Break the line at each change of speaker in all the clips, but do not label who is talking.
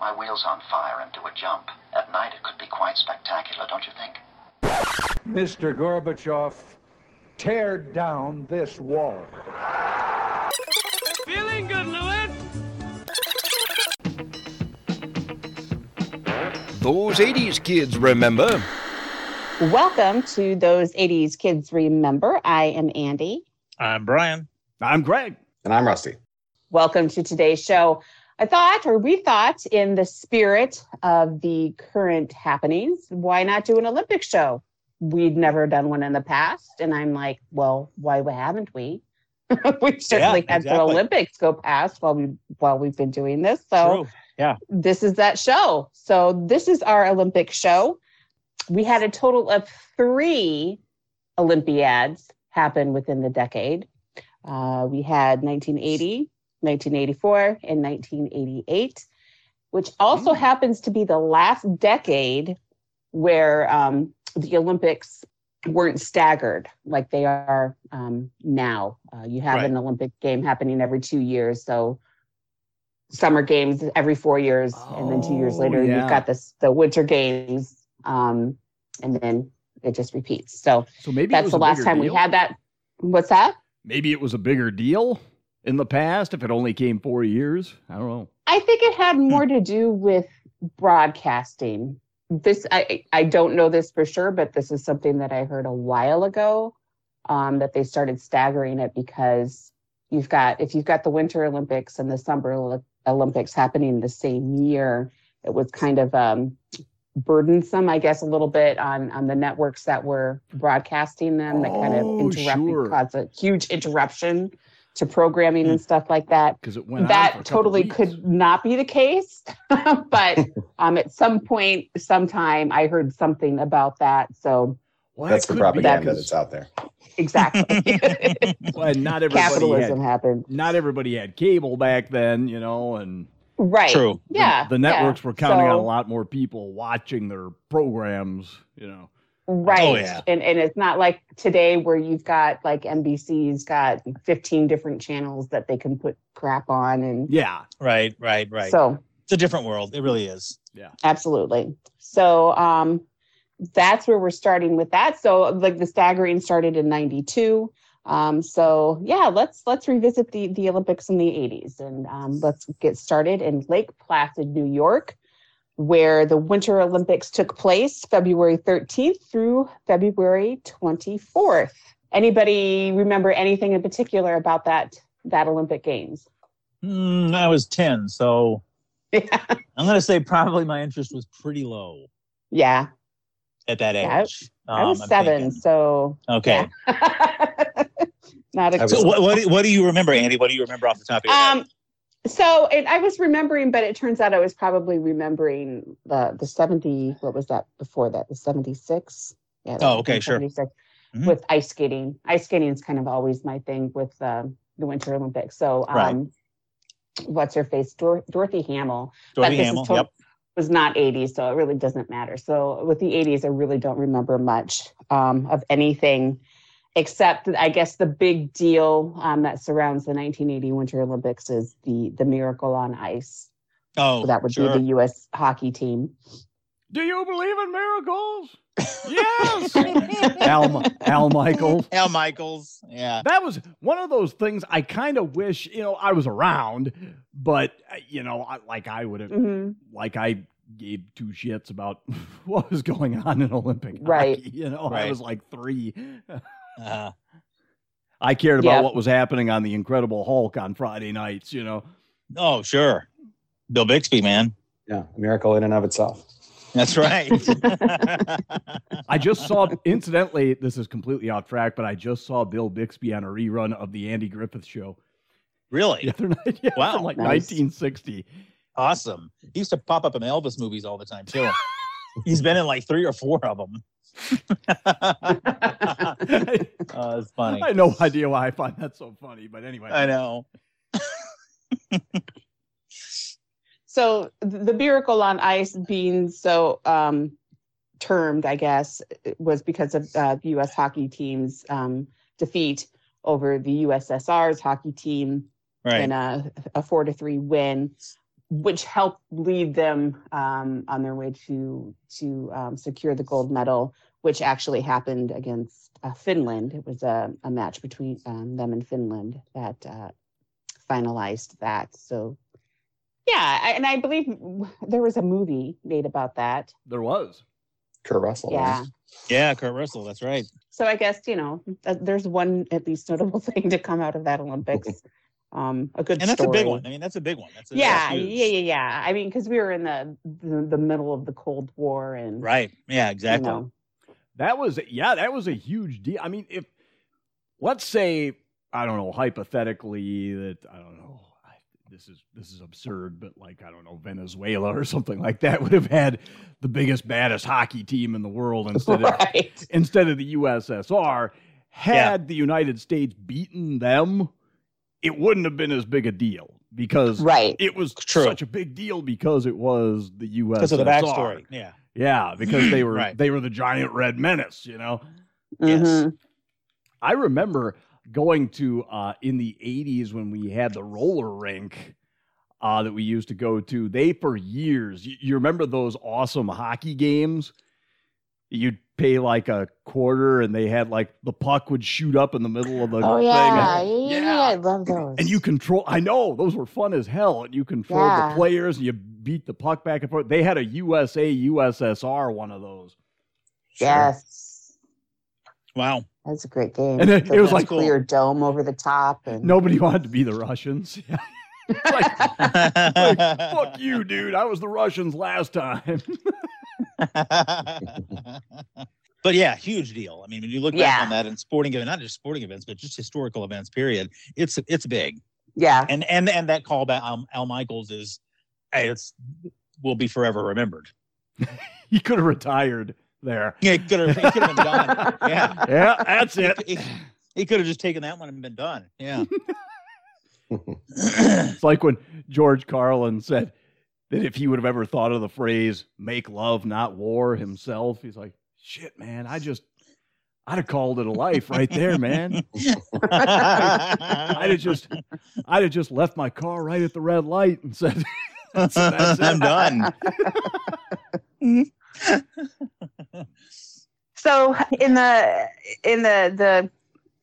my wheels on fire and do a jump. At night, it could be quite spectacular, don't you think?
Mr. Gorbachev, tear down this wall.
Feeling good, Lewis?
Those 80s kids remember.
Welcome to those 80s kids remember. I am Andy.
I'm Brian.
I'm Greg.
And I'm Rusty.
Welcome to today's show. I thought, or we thought, in the spirit of the current happenings, why not do an Olympic show? We'd never done one in the past. And I'm like, well, why haven't we? we've certainly had
exactly.
some Olympics go past while we while we've been doing this. So
True.
this is that show. So this is our Olympic show. We had a total of three Olympiads happen within the decade. Uh, we had 1980, 1984, and 1988, which
Mm.
also happens to be the last decade where um, the Olympics weren't staggered like they are um, now. Uh, you have
Right.
an Olympic game happening every two years, so summer games every four years, and then two years
Oh,
later
yeah.
you've got this the winter games, um, and then it just repeats. So
So maybe it
that's
was a
the last
bigger
time
deal.
we had that. What's that?
Maybe it was a bigger deal in the past if it only came four years. I don't know.
I think it
Hmm.
had more to do with broadcasting. This I I don't know this for sure, but this is something that I heard a while ago um, that they started staggering it because you've got if you've got the Winter Olympics and the Summer Oli- Olympics happening the same year, it was kind of um, burdensome, I guess, a little bit on on the networks that were broadcasting them. that kind of
Oh,
interrupted,
sure. Hmm.
caused a huge interruption to programming and stuff like that
Because it went on for a
that
couple
totally
weeks.
could not be the case but um, at some point sometime i heard something about that so
Well,
That's
that
the
could be
propaganda
because-
that's out there.
exactly
well, and not everybody
capitalism
Had,
happened
not everybody had cable back then, you know, and
right
True.
the-
yeah
the, networks
yeah.
were counting on a
So-
lot more people watching their programs, you know.
right
yeah.
and, and it's not like today where you've got like nbc's got 15 different channels that they can put crap on and
Yeah.
Right, right, right.
so
it's a different world. It really is.
absolutely so um that's where we're starting with that so like the staggering started in 92 um so yeah let's let's revisit the the olympics in the 80s and um let's get started in lake placid new york where the winter olympics took place february 13th through february 24th anybody remember anything in particular about that that olympic games
Mm, I was 10, so
yeah
I'm going to say probably my interest was pretty low
yeah
at that
Yeah, I-
age.
i was
Um, I'm
7
thinking.
so
Okay.
Not a
I was-
So what, what, do, what do you remember, Andy? What do you remember off the top of your head?
um so and I was remembering, but it turns out I was probably remembering the the 70, what was that before that? The 76? Yeah. that
Oh,
was
okay,
in
sure.
76,
Mhm.
With ice skating. Ice skating is kind of always my thing with um, the Winter Olympics. So um
Right.
what's her face? Dor- Dorothy Hamill
Dorothy
this is
Hamill.
tot-
yep.
was not 80s, so it really doesn't matter. So with the 80s, I really don't remember much um, of anything except that I guess the big deal um, that surrounds the 1980 Winter Olympics is the the miracle on ice.
Oh,
So that would
sure.
be the U.S. hockey team.
Do you believe in miracles? yes. Al, Al Michaels.
Al Michaels. Yeah.
That was one of those things I kind of wish, you know, I was around, but uh, you know, I, like I would have,
Mhm.
like I gave two shits about what was going on in Olympic
Right.
hockey, you know, I
Right.
was like three.
Uh,
I cared about
Yep.
what was happening on the Incredible Hulk on Friday nights, you know.
oh, sure. Bill Bixby, man.
Yeah, a miracle in and of itself.
That's right.
I just saw, incidentally, this is completely off track, but I just saw Bill Bixby on a rerun of the Andy Griffith Show
really?
the other night. Yeah,
Wow.
from like
Nice.
1960.
Awesome. He used to pop up in Elvis movies all the time too. He's been in like three or four of them. uh, it's funny.
I had no idea why I find that so funny, but anyway.
I know.
So th- the miracle on ice being so um, termed, I guess, it was because of uh, the U.S. hockey team's um, defeat over the USSR's hockey team
Right.
in a, a four to three win. which helped lead them um, on their way to to um, secure the gold medal, which actually happened against uh, Finland. It was a, a match between um, them and Finland that uh, finalized that. So, yeah, I, and I believe there was a movie made about that.
There was.
Kurt Russell.
Yeah.
Yeah, Kurt Russell. That's right.
So I guess you know th- there's one at least notable thing to come out of that Olympics. Um, a good
And that's
story.
a big one. I mean, that's a big one. That's a,
yeah,
that's
yeah,
huge.
yeah, yeah. I mean, because we were in the, the the middle of the Cold War and
Right. Yeah.
you
Exactly.
know,
That was yeah, that was a huge deal. I mean, if let's say I don't know hypothetically that I don't know I, this is this is absurd, but like I don't know Venezuela or something like that would have had the biggest baddest hockey team in the world instead of
right.
instead of the USSR. Had the United States beaten them, it wouldn't have been as big a deal because
Right.
it was
True.
such a big deal because it was the USSR.
Because of the backstory. Yeah.
Yeah, because they were
Right.
they were the giant red menace, you know.
Yes.
Mhm.
I remember going to uh, in the '80s when we had the roller rink uh, that we used to go to. They for years. You, you remember those awesome hockey games? You'd pay like a quarter, and they had like the puck would shoot up in the middle of the
Oh
thing.
yeah. Yeah,
and-
yeah, yeah, I love those.
and you control. I know those were fun as hell, and you controlled the
Yeah.
players, and you beat the puck back and forth. They had a USA USSR one of those.
yes,
Wow.
that's a great game.
And it-
The
it was
little
like-
clear dome over the top and
Nobody wanted to be the Russians. It's like, Like, fuck you, dude. I was the Russians last time.
but yeah, huge deal. I mean, when you look back
Yeah.
on that in sporting event, not just sporting events, but just historical events, period. It's it's big.
yeah,
And and and that call by Al, Al Michaels is it's will be forever remembered.
he could have retired there.
Yeah, it could have it could have been done. Yeah.
Yeah, that's it.
He, could have just taken that one and been done. Yeah.
It's like when George Carlin said that if he would have ever thought of the phrase make love, not war himself, he's like, shit, man, I just, I'd have called it a life right there, man. I'd have just, I'd have just left my car right at the red light and said, that's, that's it.
I'm done.
So in the in the the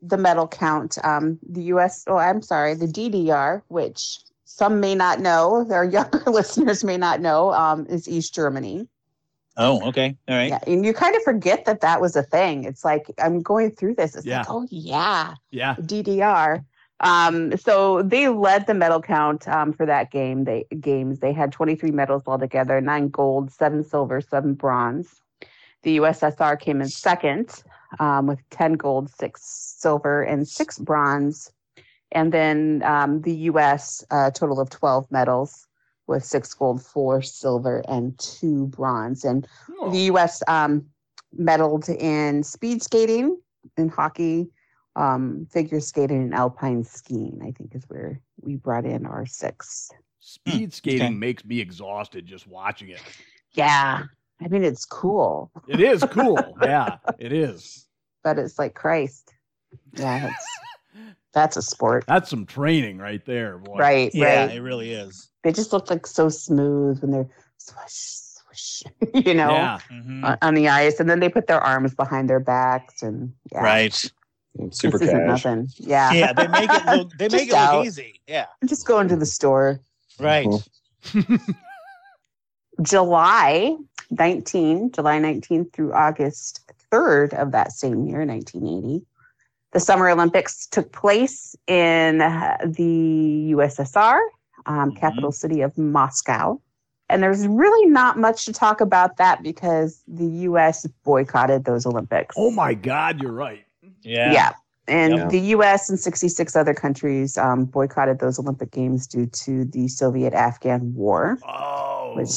the medal count, um, the U.S. Oh, I'm sorry, the DDR, which some may not know, their younger listeners may not know, um, is East Germany.
Oh, okay. All right.
Yeah, and you kind of forget that that was a thing. It's like I'm going through this. It's
Yeah.
like, oh yeah,
Yeah.
DDR. Um, so they led the medal count um, for that game. They games they had 23 medals altogether: nine gold, seven silver, seven bronze. The USSR came in second um, with 10 gold, six silver, and six bronze, and then um, the U.S. uh, total of 12 medals with six gold, four silver, and two bronze. And
Oh,
the U.S. Um, medaled in speed skating, in hockey, um, figure skating, and alpine skiing. I think is where we brought in our six.
Speed skating
Okay.
makes me exhausted just watching it.
Yeah, I mean it's cool,
It is cool. yeah, it is.
but it's like Christ. Yeah, that's that's a sport,
That's some training right there, boy.
right?
Yeah,
Right.
it really is.
They just look like so smooth when they're swish, swish. You know.
Yeah.
Mhm.
On on the ice, and then they put their arms behind their backs, and yeah,
Right.
Super
this isn't
cash.
nothing. Yeah,
Yeah, they make it look they make
Just
it
out. Mm-hmm.
look easy. Yeah.
just go into the store,
Right.
Mhm.
July 19, July 19th through August 3rd of that same year, 1980, the Summer Olympics took place in uh, the USSR, um,
Mm-hmm.
Mhm.
capital city of Moscow. And there's really not much to talk about that because the US boycotted those Olympics.
Oh my God, you're right.
Yeah.
yeah. And
Yeah.
the US and 66 other countries um, boycotted those Olympic Games due to the Soviet Afghan War
Oh,
which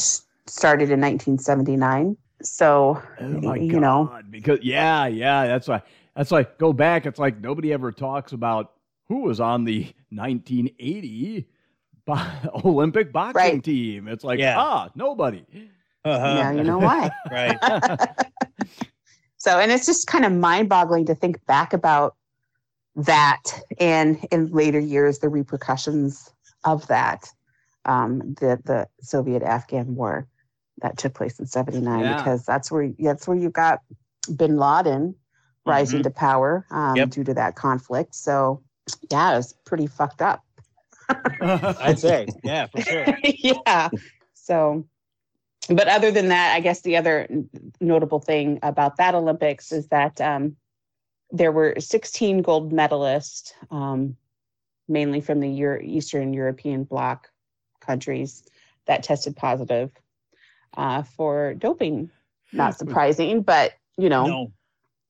started in 1979. So,
oh my God.
you know.
because yeah, yeah, that's why. That's why. Go back. It's like nobody ever talks about who was on the 1980 bo- Olympic boxing
Right.
team. It's like
Yeah.
ah, nobody.
Uh-huh.
now you know why.
Right.
So, and it's just kind of mind boggling to think back about that and in later years, the repercussions of that. um, the the Soviet Afghan War that took place in '79
Yeah.
because that's where that's where you got Bin Laden rising to power um,
Yep.
due to that conflict. So yeah, it was pretty fucked up.
I'd say, yeah, for sure.
yeah. So, but other than that, I guess the other n- notable thing about that Olympics is that um, there were 16 gold medalists, um, mainly from the Euro- Eastern European bloc countries, that tested positive uh, for doping.
Hmm.
Not surprising, but you know,
No,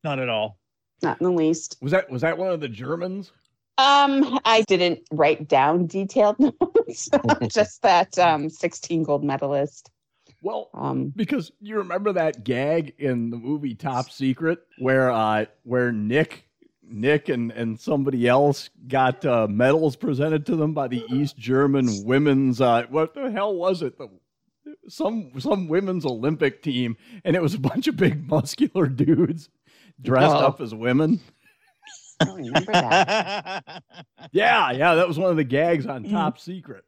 not at all.
not in the least.
was that was that one of the Germans?
Um, I didn't write down detailed notes, just that um, 16 gold medalist.
Well,
Um,
Because you remember that gag in the movie Top Secret where uh where Nick Nick and and somebody else got uh, medals presented to them by the East German women's uh what the hell was it the some some women's Olympic team and it was a bunch of big muscular dudes dressed
Oh.
up as women.
I don't remember that.
Yeah, yeah, that was one of the gags on Top Secret.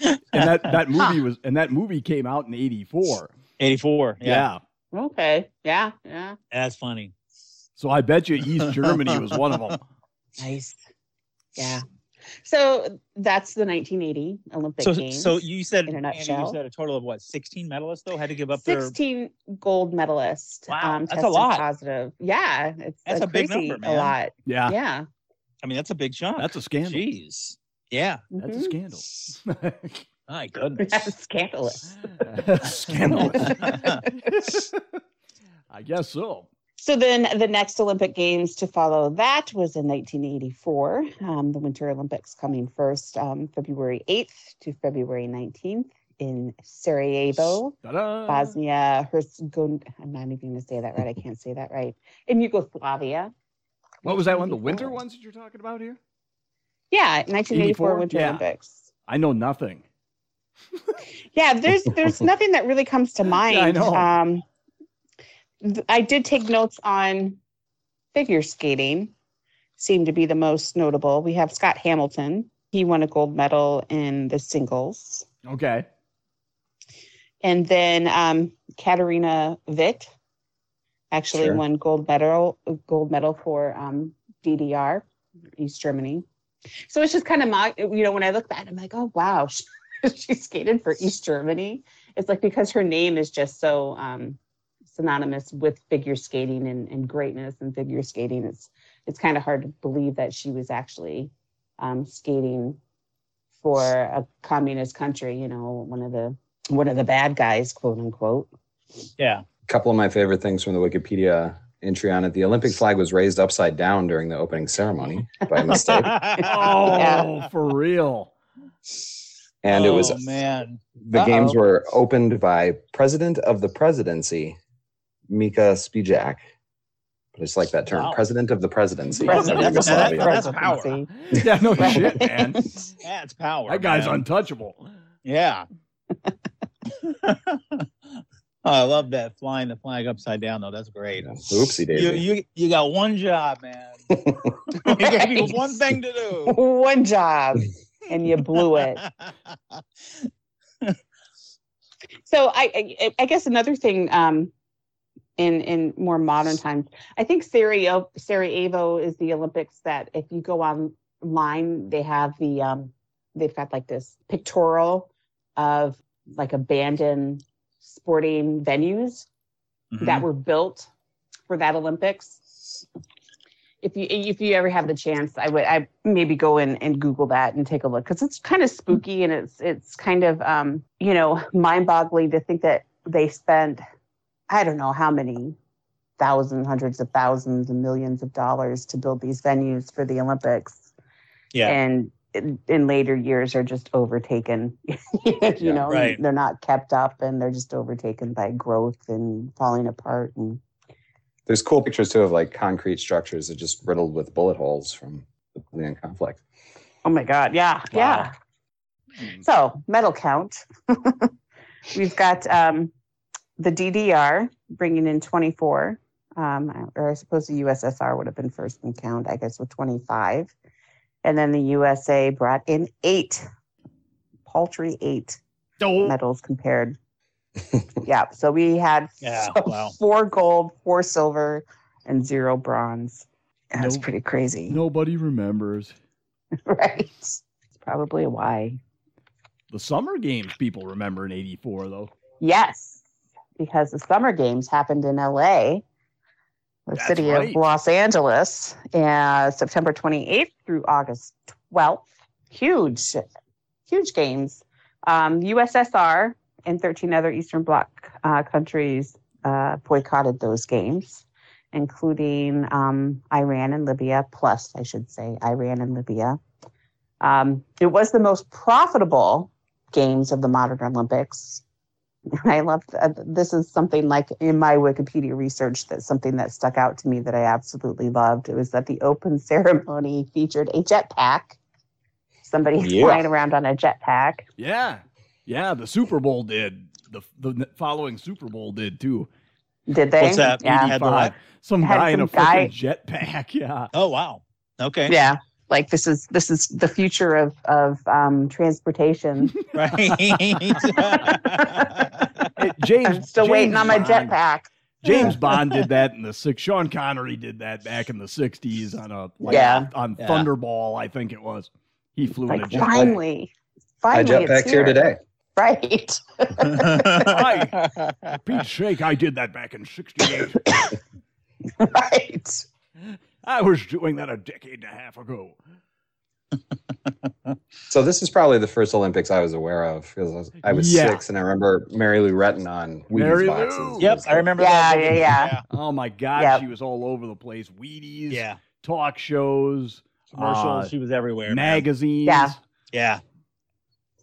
And that that movie was and that movie came out in 84.
84. Yeah.
yeah.
okay. Yeah. Yeah.
That's funny.
So I bet you East Germany was one of them.
Nice. Yeah. So that's the 1980 Olympic
So,
Games.
so you said,
in a
Andy, you
nutshell.
said a total of what, 16 medalists, though? Had to give up their.
16 gold medalists. um,
Wow, that's a
tested
lot.
Positive. Yeah. It's
That's
uh,
a big
crazy,
number,
A
man.
lot.
Yeah,
Yeah.
I mean, that's a big chunk.
that's a scandal.
Jeez. Yeah.
That's
Mhm.
a scandal.
My goodness.
That's scandalous.
Scandalous. I guess so.
So then the next Olympic Games to follow that was in 1984, um, the Winter Olympics coming first um, February 8th to February 19th in Sarajevo.
Ta-da.
Uh-huh. Bosnia, Herzegovina. I'm not even going to say that right. I can't say that right. In Yugoslavia.
What was that one? The winter
1984.
ones that you're talking about here?
Yeah, 1984
84?
Winter
Yeah.
Olympics.
I know nothing.
Yeah, there's there's nothing that really comes to mind.
I know.
Um, th- I did take notes on figure skating. Seemed to be the most notable. We have Scott Hamilton. He won a gold medal in the singles,
Okay.
and then um, Katarina Witt actually
Sure.
won gold medal gold medal for um, DDR East Germany. So it's just kind of my you know when I look back I'm like oh wow she, she skated for East Germany. It's like because her name is just so um, synonymous with figure skating and, and greatness and figure skating. It's it's kind of hard to believe that she was actually um, skating for a communist country. You know one of the one of the bad guys quote unquote.
Yeah.
couple of my favorite things from the Wikipedia entry on it. The Olympic flag was raised upside down during the opening ceremony by mistake.
Oh,
Yeah.
for real.
and it was
Oh, man.
the
Uh-oh.
games were opened by President of the Presidency, Mika Spijak. But it's like that term,
Wow.
President of the Presidency.
President.
of
That's- that's-
Yugoslavia.
that's power.
Presidency.
Yeah, no shit, man.
That's power.
That guy's
man.
untouchable.
Yeah. I love that flying the flag upside down though. That's great.
Oopsie
You
daisy.
you you got one job, man. you gave you one thing to do.
one job and you blew it. So I, I, I guess another thing um, in in more modern times, I think Sarajevo, Sarajevo is the Olympics that if you go online, they have the um, they've got like this pictorial of like abandoned sporting venues that were built for that Olympics. If you if you ever have the chance, I would I maybe go in and Google that and take a look because it's kind of spooky and it's it's kind of um, you know mind boggling to think that they spent I don't know how many thousands, hundreds of thousands, and millions of dollars to build these venues for the Olympics,
Yeah.
and in, in later years are just overtaken. you know,
right.
they're not kept up and they're just overtaken by growth and falling apart and
There's cool pictures too of like concrete structures that just riddled with bullet holes from the Korean conflict.
Oh my God. Yeah.
Wow. Hmm.
Yeah. So, medal count. We've got um, the DDR bringing in 24, um, or I suppose the USSR would have been first in count, I guess, with 25. And then the USA brought in eight. paltry eight
Don't.
medals compared. yeah, so we had
Yeah,
so
wow.
four gold, four silver, and zero bronze. That's
Nope.
pretty crazy,
Nobody remembers.
right? It's probably why.
The summer games people remember in 84, though.
Yes, because the summer games happened in LA, the
That's
city
right.
of Los Angeles, uh, September 28th through August 12th. Huge, huge games. Um, USSR and 13 other Eastern Bloc uh, countries uh, boycotted those games, including um, Iran and Libya, plus, I should say, Iran and Libya. Um, it was the most profitable games of the modern Olympics. I love uh, this is something like in my Wikipedia research that something that stuck out to me that I absolutely loved. It was that the open ceremony featured a jetpack. Somebody
Oh,
Yeah.
flying around on a jetpack.
Yeah. Yeah, the Super Bowl did. The, the following Super Bowl did, too.
Did they?
What's that?
Yeah.
Had the what?
Some
Had
guy in a
some guy-
freaking jetpack. Yeah.
Oh wow. Okay.
Yeah. Like this is this is the future of of um, transportation.
Right.
It- James,
I'm still waiting
James
on my
Bond-
jetpack.
James Bond did that in the six. Sean Connery did that back in the '60s on a like,
Yeah.
on
Yeah.
Thunderball, I think it was. He flew in a
Like
jetpack.
finally,
I
finally,
jetpacked
it's
back here today.
Right.
Pete's sake, I did that back in '68.
right.
I was doing that a decade and a half ago.
So this is probably the first Olympics I was aware of because I was, I was
Yeah.
six and I remember Mary Lou Retton on Wheaties
Mary Lou.
boxes. It
yep,
was
I remember
Yeah,
that.
yeah, yeah.
Oh my God,
Yep.
she was all over the place. Wheaties,
Yeah.
talk shows, Uh,
Commercials, she was everywhere. man.
magazines.
Yeah.
Yeah.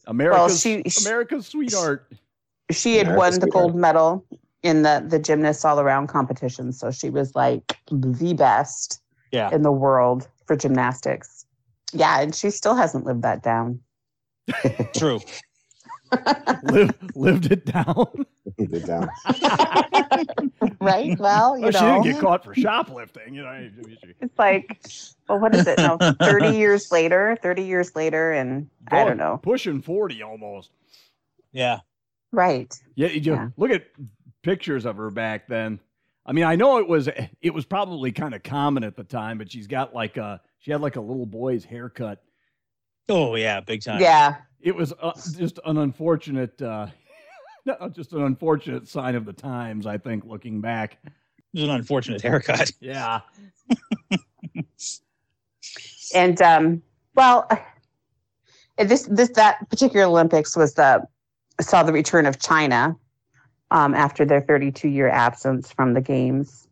America's
she- she-
America's sweetheart.
She had
America's
won the
sweetheart.
gold medal in the the gymnast all around competition, so she was like the best
Yeah.
in the world for gymnastics. Yeah, and she still hasn't lived that down.
True.
Lived lived it down.
Get down.
right? Well, you
Oh, she
know,
didn't get caught for shoplifting. You know, I- I mean, she-
it's like, well, what is it? No, thirty years later, thirty years later, and I
Going-
don't know.
Pushing 40 almost.
Yeah.
Right?
Yeah, you just
Yeah.
look at pictures of her back then. I mean, I know it was it was probably kind of common at the time, but she's got like a she had like a little boy's haircut.
Oh yeah, big time.
Yeah.
It was uh, just an unfortunate uh no, just an unfortunate sign of the times, I think looking back.
It was an unfortunate haircut.
Yeah.
and um, well, and this this that particular Olympics was the saw the return of China um, after their 32 year absence from the games,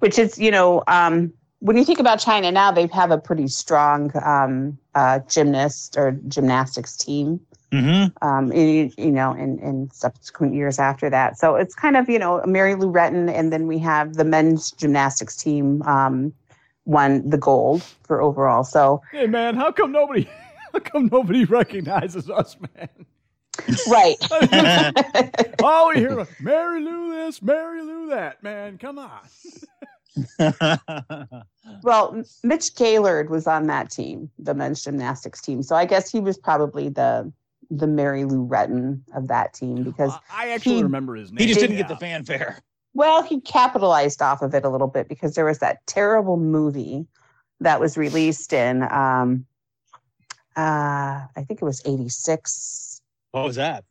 which is you know um, when you think about China now, they have a pretty strong um, uh, gymnast or gymnastics team
Mm-hmm.
um, in, you know, in, in subsequent years after that. So it's kind of, you know, Mary Lou Retton, and then we have the men's gymnastics team um, won the gold for overall. So,
Hey man, how come nobody how come nobody recognizes us, man?
right.
All we hear, is, Mary Lou this, Mary Lou that, man. Come on.
well, Mitch Gaylord was on that team, the men's gymnastics team. So I guess he was probably the the Mary Lou Retton of that team because
I actually
he-
remember his name.
he just didn't
yeah.
get the fanfare.
Well, he capitalized off of it a little bit because there was that terrible movie that was released in, um, uh, I think it was 86,
What was that?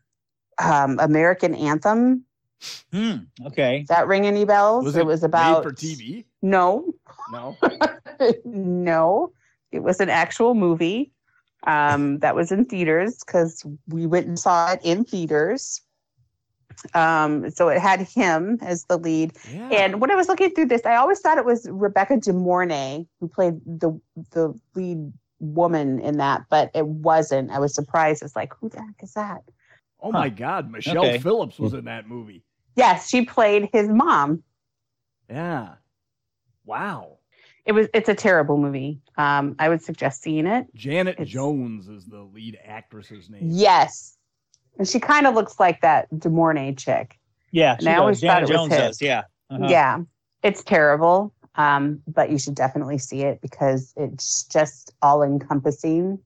um, American Anthem.
Hmm. Okay.
Does that ring any bells?
Was
it,
it
was about.
made for TV.
No,
No.
no. It was an actual movie um, that was in theaters because we went and saw it in theaters. Um, so it had him as the lead.
Yeah.
And when I was looking through this, I always thought it was Rebecca De Mornay who played the the lead woman in that, but it wasn't. I was surprised. It's like, who the heck is that?
oh my God, Michelle
Okay.
Phillips was in that movie.
Yes, she played his mom.
Yeah. Wow.
It was it's a terrible movie. Um, I would suggest seeing it.
Janet
It's-
Jones is the lead actress's name.
Yes. And she kind of looks like that De Mornay chick.
Yeah.
And I always thought
Janet
it was
Jones
him.
does. Yeah. Uh-huh.
Yeah. It's terrible. Um, but you should definitely see it because it's just all encompassing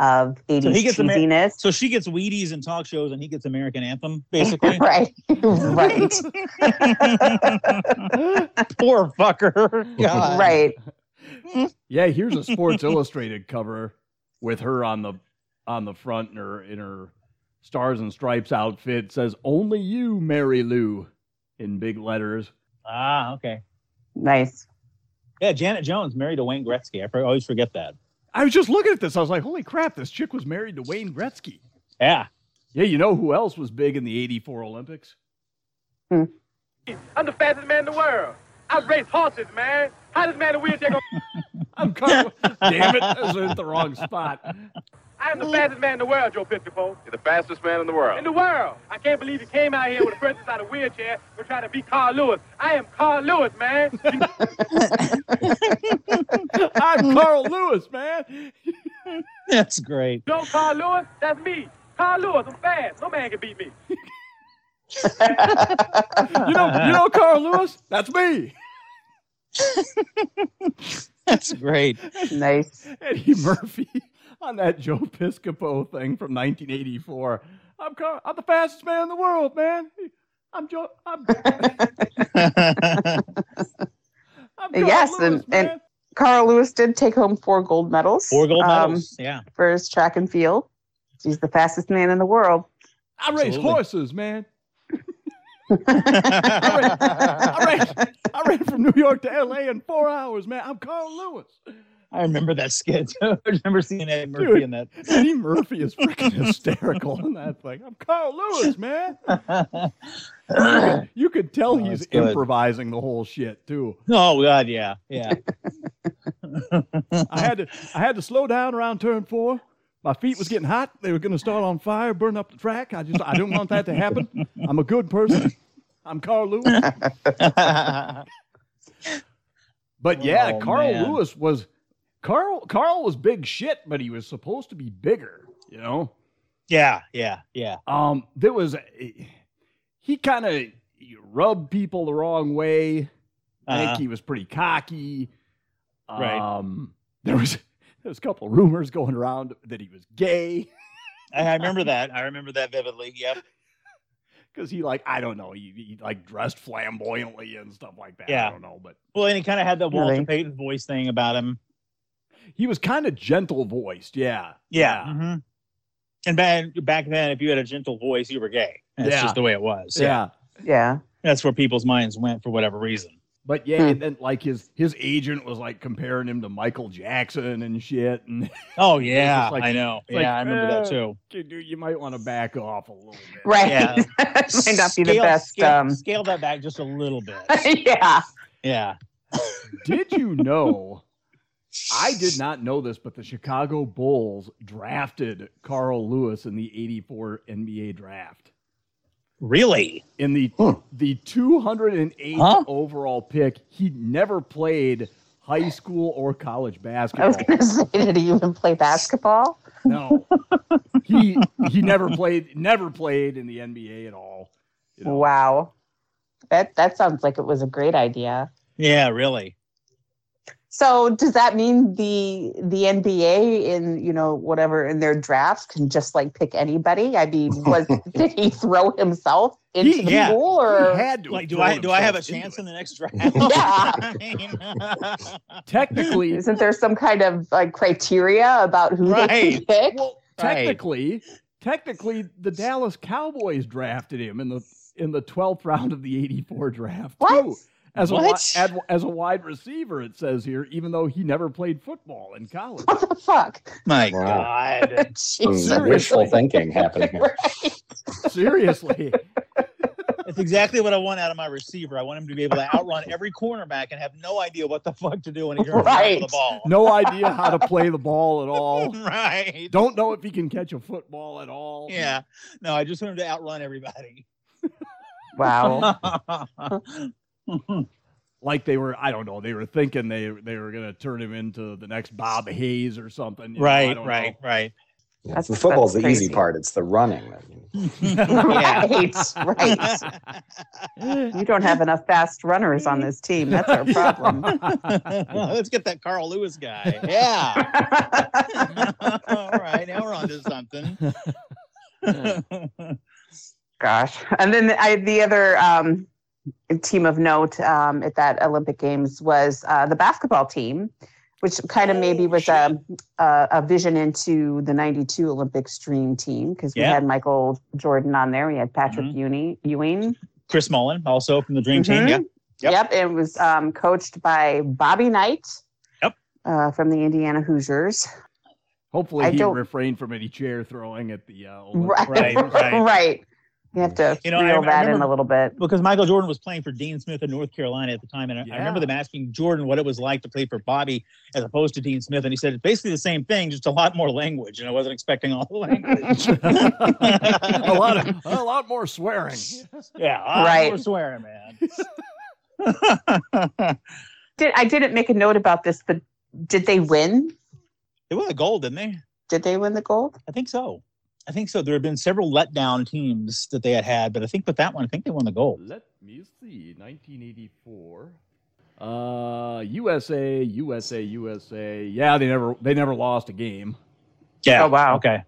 of 80s
he gets a ma-
cheesiness.
So she gets Wheaties and talk shows, and he gets American Anthem, basically.
right. right.
Poor fucker. God.
right.
Yeah, here's a Sports Illustrated cover with her on the on the front in her in her stars and stripes outfit. It says "Only you, Mary Lou" in big letters.
Ah, okay.
Nice.
Yeah, Janet Jones married to Wayne Gretzky. I pro- always forget that.
I was just looking at this. I was like, "Holy crap! This chick was married to Wayne Gretzky."
Yeah.
Yeah, you know who else was big in the '84 Olympics?
I'm the fastest man in the world. I race horses, man. How this man in a wheelchair gonna...
I'm Carl. Damn it, I was at the wrong spot.
I'm the fastest man in the world, Joe Piscopo. You're the fastest man in the world. In the world. I can't believe you came out here with a person out of wheelchair to try to be Carl Lewis. I am Carl Lewis, man.
I'm Carl Lewis, man.
That's great.
Joe Carl Lewis, that's me. Carl Lewis, I'm fast. No man can beat me.
You know, you know Carl Lewis. That's me.
That's great.
Nice.
Eddie Murphy on that Joe Piscopo thing from 1984. I'm Carl, I'm the fastest man in the world, man. I'm Joe. I'm, I'm Carl
Yes,
Lewis,
and- and-
man.
Carl Lewis did take home four gold medals.
Four gold
um,
medals. yeah.
for his track and field. He's the fastest man in the world.
I race
Absolutely.
horses, man. I ran, I ran from New York to L.A. in four hours, man. I'm Carl Lewis.
I remember that skit. I remember seeing Eddie Murphy
Dude.
in that.
Eddie Murphy is freaking hysterical in that thing. I'm Carl Lewis, man. You could tell
Oh,
he's
that's good.
improvising the whole shit too.
oh God, yeah, yeah.
I had to I had to slow down around turn four. My feet was getting hot. They were going to start on fire, burn up the track. I just I didn't want that to happen. I'm a good person. I'm Carl Lewis. But yeah,
Oh,
Carl
man.
Lewis was Carl Carl was big shit, but he was supposed to be bigger, you know?
yeah, yeah, yeah.
Um there was he kind of rubbed people the wrong way. I
Uh-huh.
think he was pretty cocky.
Right.
Um, there was there was a couple of rumors going around that he was gay
I, I remember that. I remember that vividly. Yep.
because he like I don't know he, he like dressed flamboyantly and stuff like that. I
Yeah.
don't know, but
Well, and he kind of had that Walter
Really?
Payton voice thing about him.
he was kind of gentle voiced. Yeah,
Yeah. hmm And back back then, if you had a gentle voice, you were gay. That's
Yeah.
just the way it was.
yeah.
Yeah.
That's where people's minds went for whatever reason.
But yeah,
Hmm.
and then like his his agent was like comparing him to Michael Jackson and shit, and
Oh yeah,
like-
I know.
like,
yeah, I remember
uh,
that too.
dude, you might want to back off a little bit.
Right.
Yeah.
Might not be the
Scale-
best.
Scale,
Um,
scale that back just a little bit.
yeah.
yeah.
Did you know? I did not know this, but the Chicago Bulls drafted Carl Lewis in the 84 NBA draft.
Really?
In the
Huh.
the 208th
Huh?
overall pick, he never played high school or college
I
basketball.
was going to say, did he even play basketball?
No. he he never played never played in the NBA at all. You know?
Wow. That that sounds like it was a great idea.
Yeah, really.
So does that mean the the NBA in you know whatever in their drafts can just like pick anybody? I mean, was did he throw himself into
He-
the
yeah.
pool
He
or
had to
Like,
have
do
thrown
I do I have a
himself
chance in
into
the next round?
Yeah.
right.
it. Technically,
Isn't there some kind of like criteria about who they can
Right.
pick?
technically technically the Dallas Cowboys drafted him in the in the 12th round of the 84 draft
What?
too. As a, wi-
What?
ad- as a wide receiver, it says here, even though he never played football in college.
What the fuck?
My
Wow.
God.
Jesus.
Some wishful thinking happening here.
Right.
Seriously.
That's exactly what I want out of my receiver. I want him to be able to outrun every cornerback and have no idea what the fuck to do when he turns around
Right.
for the ball.
No idea how to play the ball at all.
Right.
Don't know if he can catch a football at all.
Yeah. No, I just want him to outrun everybody.
Wow.
Like they were, I don't know, they were thinking they they were going to turn him into the next Bob Hayes or something. you know, I
right,
don't know.
right, right.
Yeah,
That's-
the football's
that's
the easy
crazy.
part. It's the running. that-
Yeah.
Right, right. You don't have enough fast runners on this team. That's our problem.
well, let's get that Carl Lewis guy. Yeah. All right, now we're on to something.
Gosh. And then I, the other um, team of note um, at that Olympic Games was uh, the basketball team, which kind of maybe was a, a, a vision into the 92 Olympics dream team because we
Yeah.
had Michael Jordan on there. We had Patrick
Mhm.
Uni, Ewing.
Chris Mullen, also from the Dream Team. Yeah.
Mhm.
Yep.
Yep. It was um, coached by Bobby Knight.
Yep.
Uh, from the Indiana Hoosiers.
Hopefully,
I
he
don't-
refrained from any chair throwing at the uh,
Right.
Right, right.
right. You have to
You know, I-
reel
I
that in
remember-
a little bit.
Because Michael Jordan was playing for Dean Smith in North Carolina at the time. And I- I remember them asking Jordan what it was like to play for Bobby as opposed to Dean Smith. And he said, it's basically the same thing, just a lot more language. And I wasn't expecting all the language.
a lot of a lot more swearing.
yeah. I
Right.
We're swearing, man.
Did I didn't make a note about this, but did they win?
they won the gold, didn't they?
Did they win the gold?
I think so. I think so. There have been several letdown teams that they had had, but I think with that one, I think they won the gold.
Let me see. 1984. Uh, USA, USA, USA. Yeah, they never they never lost a game.
Yeah.
Oh, wow.
Okay.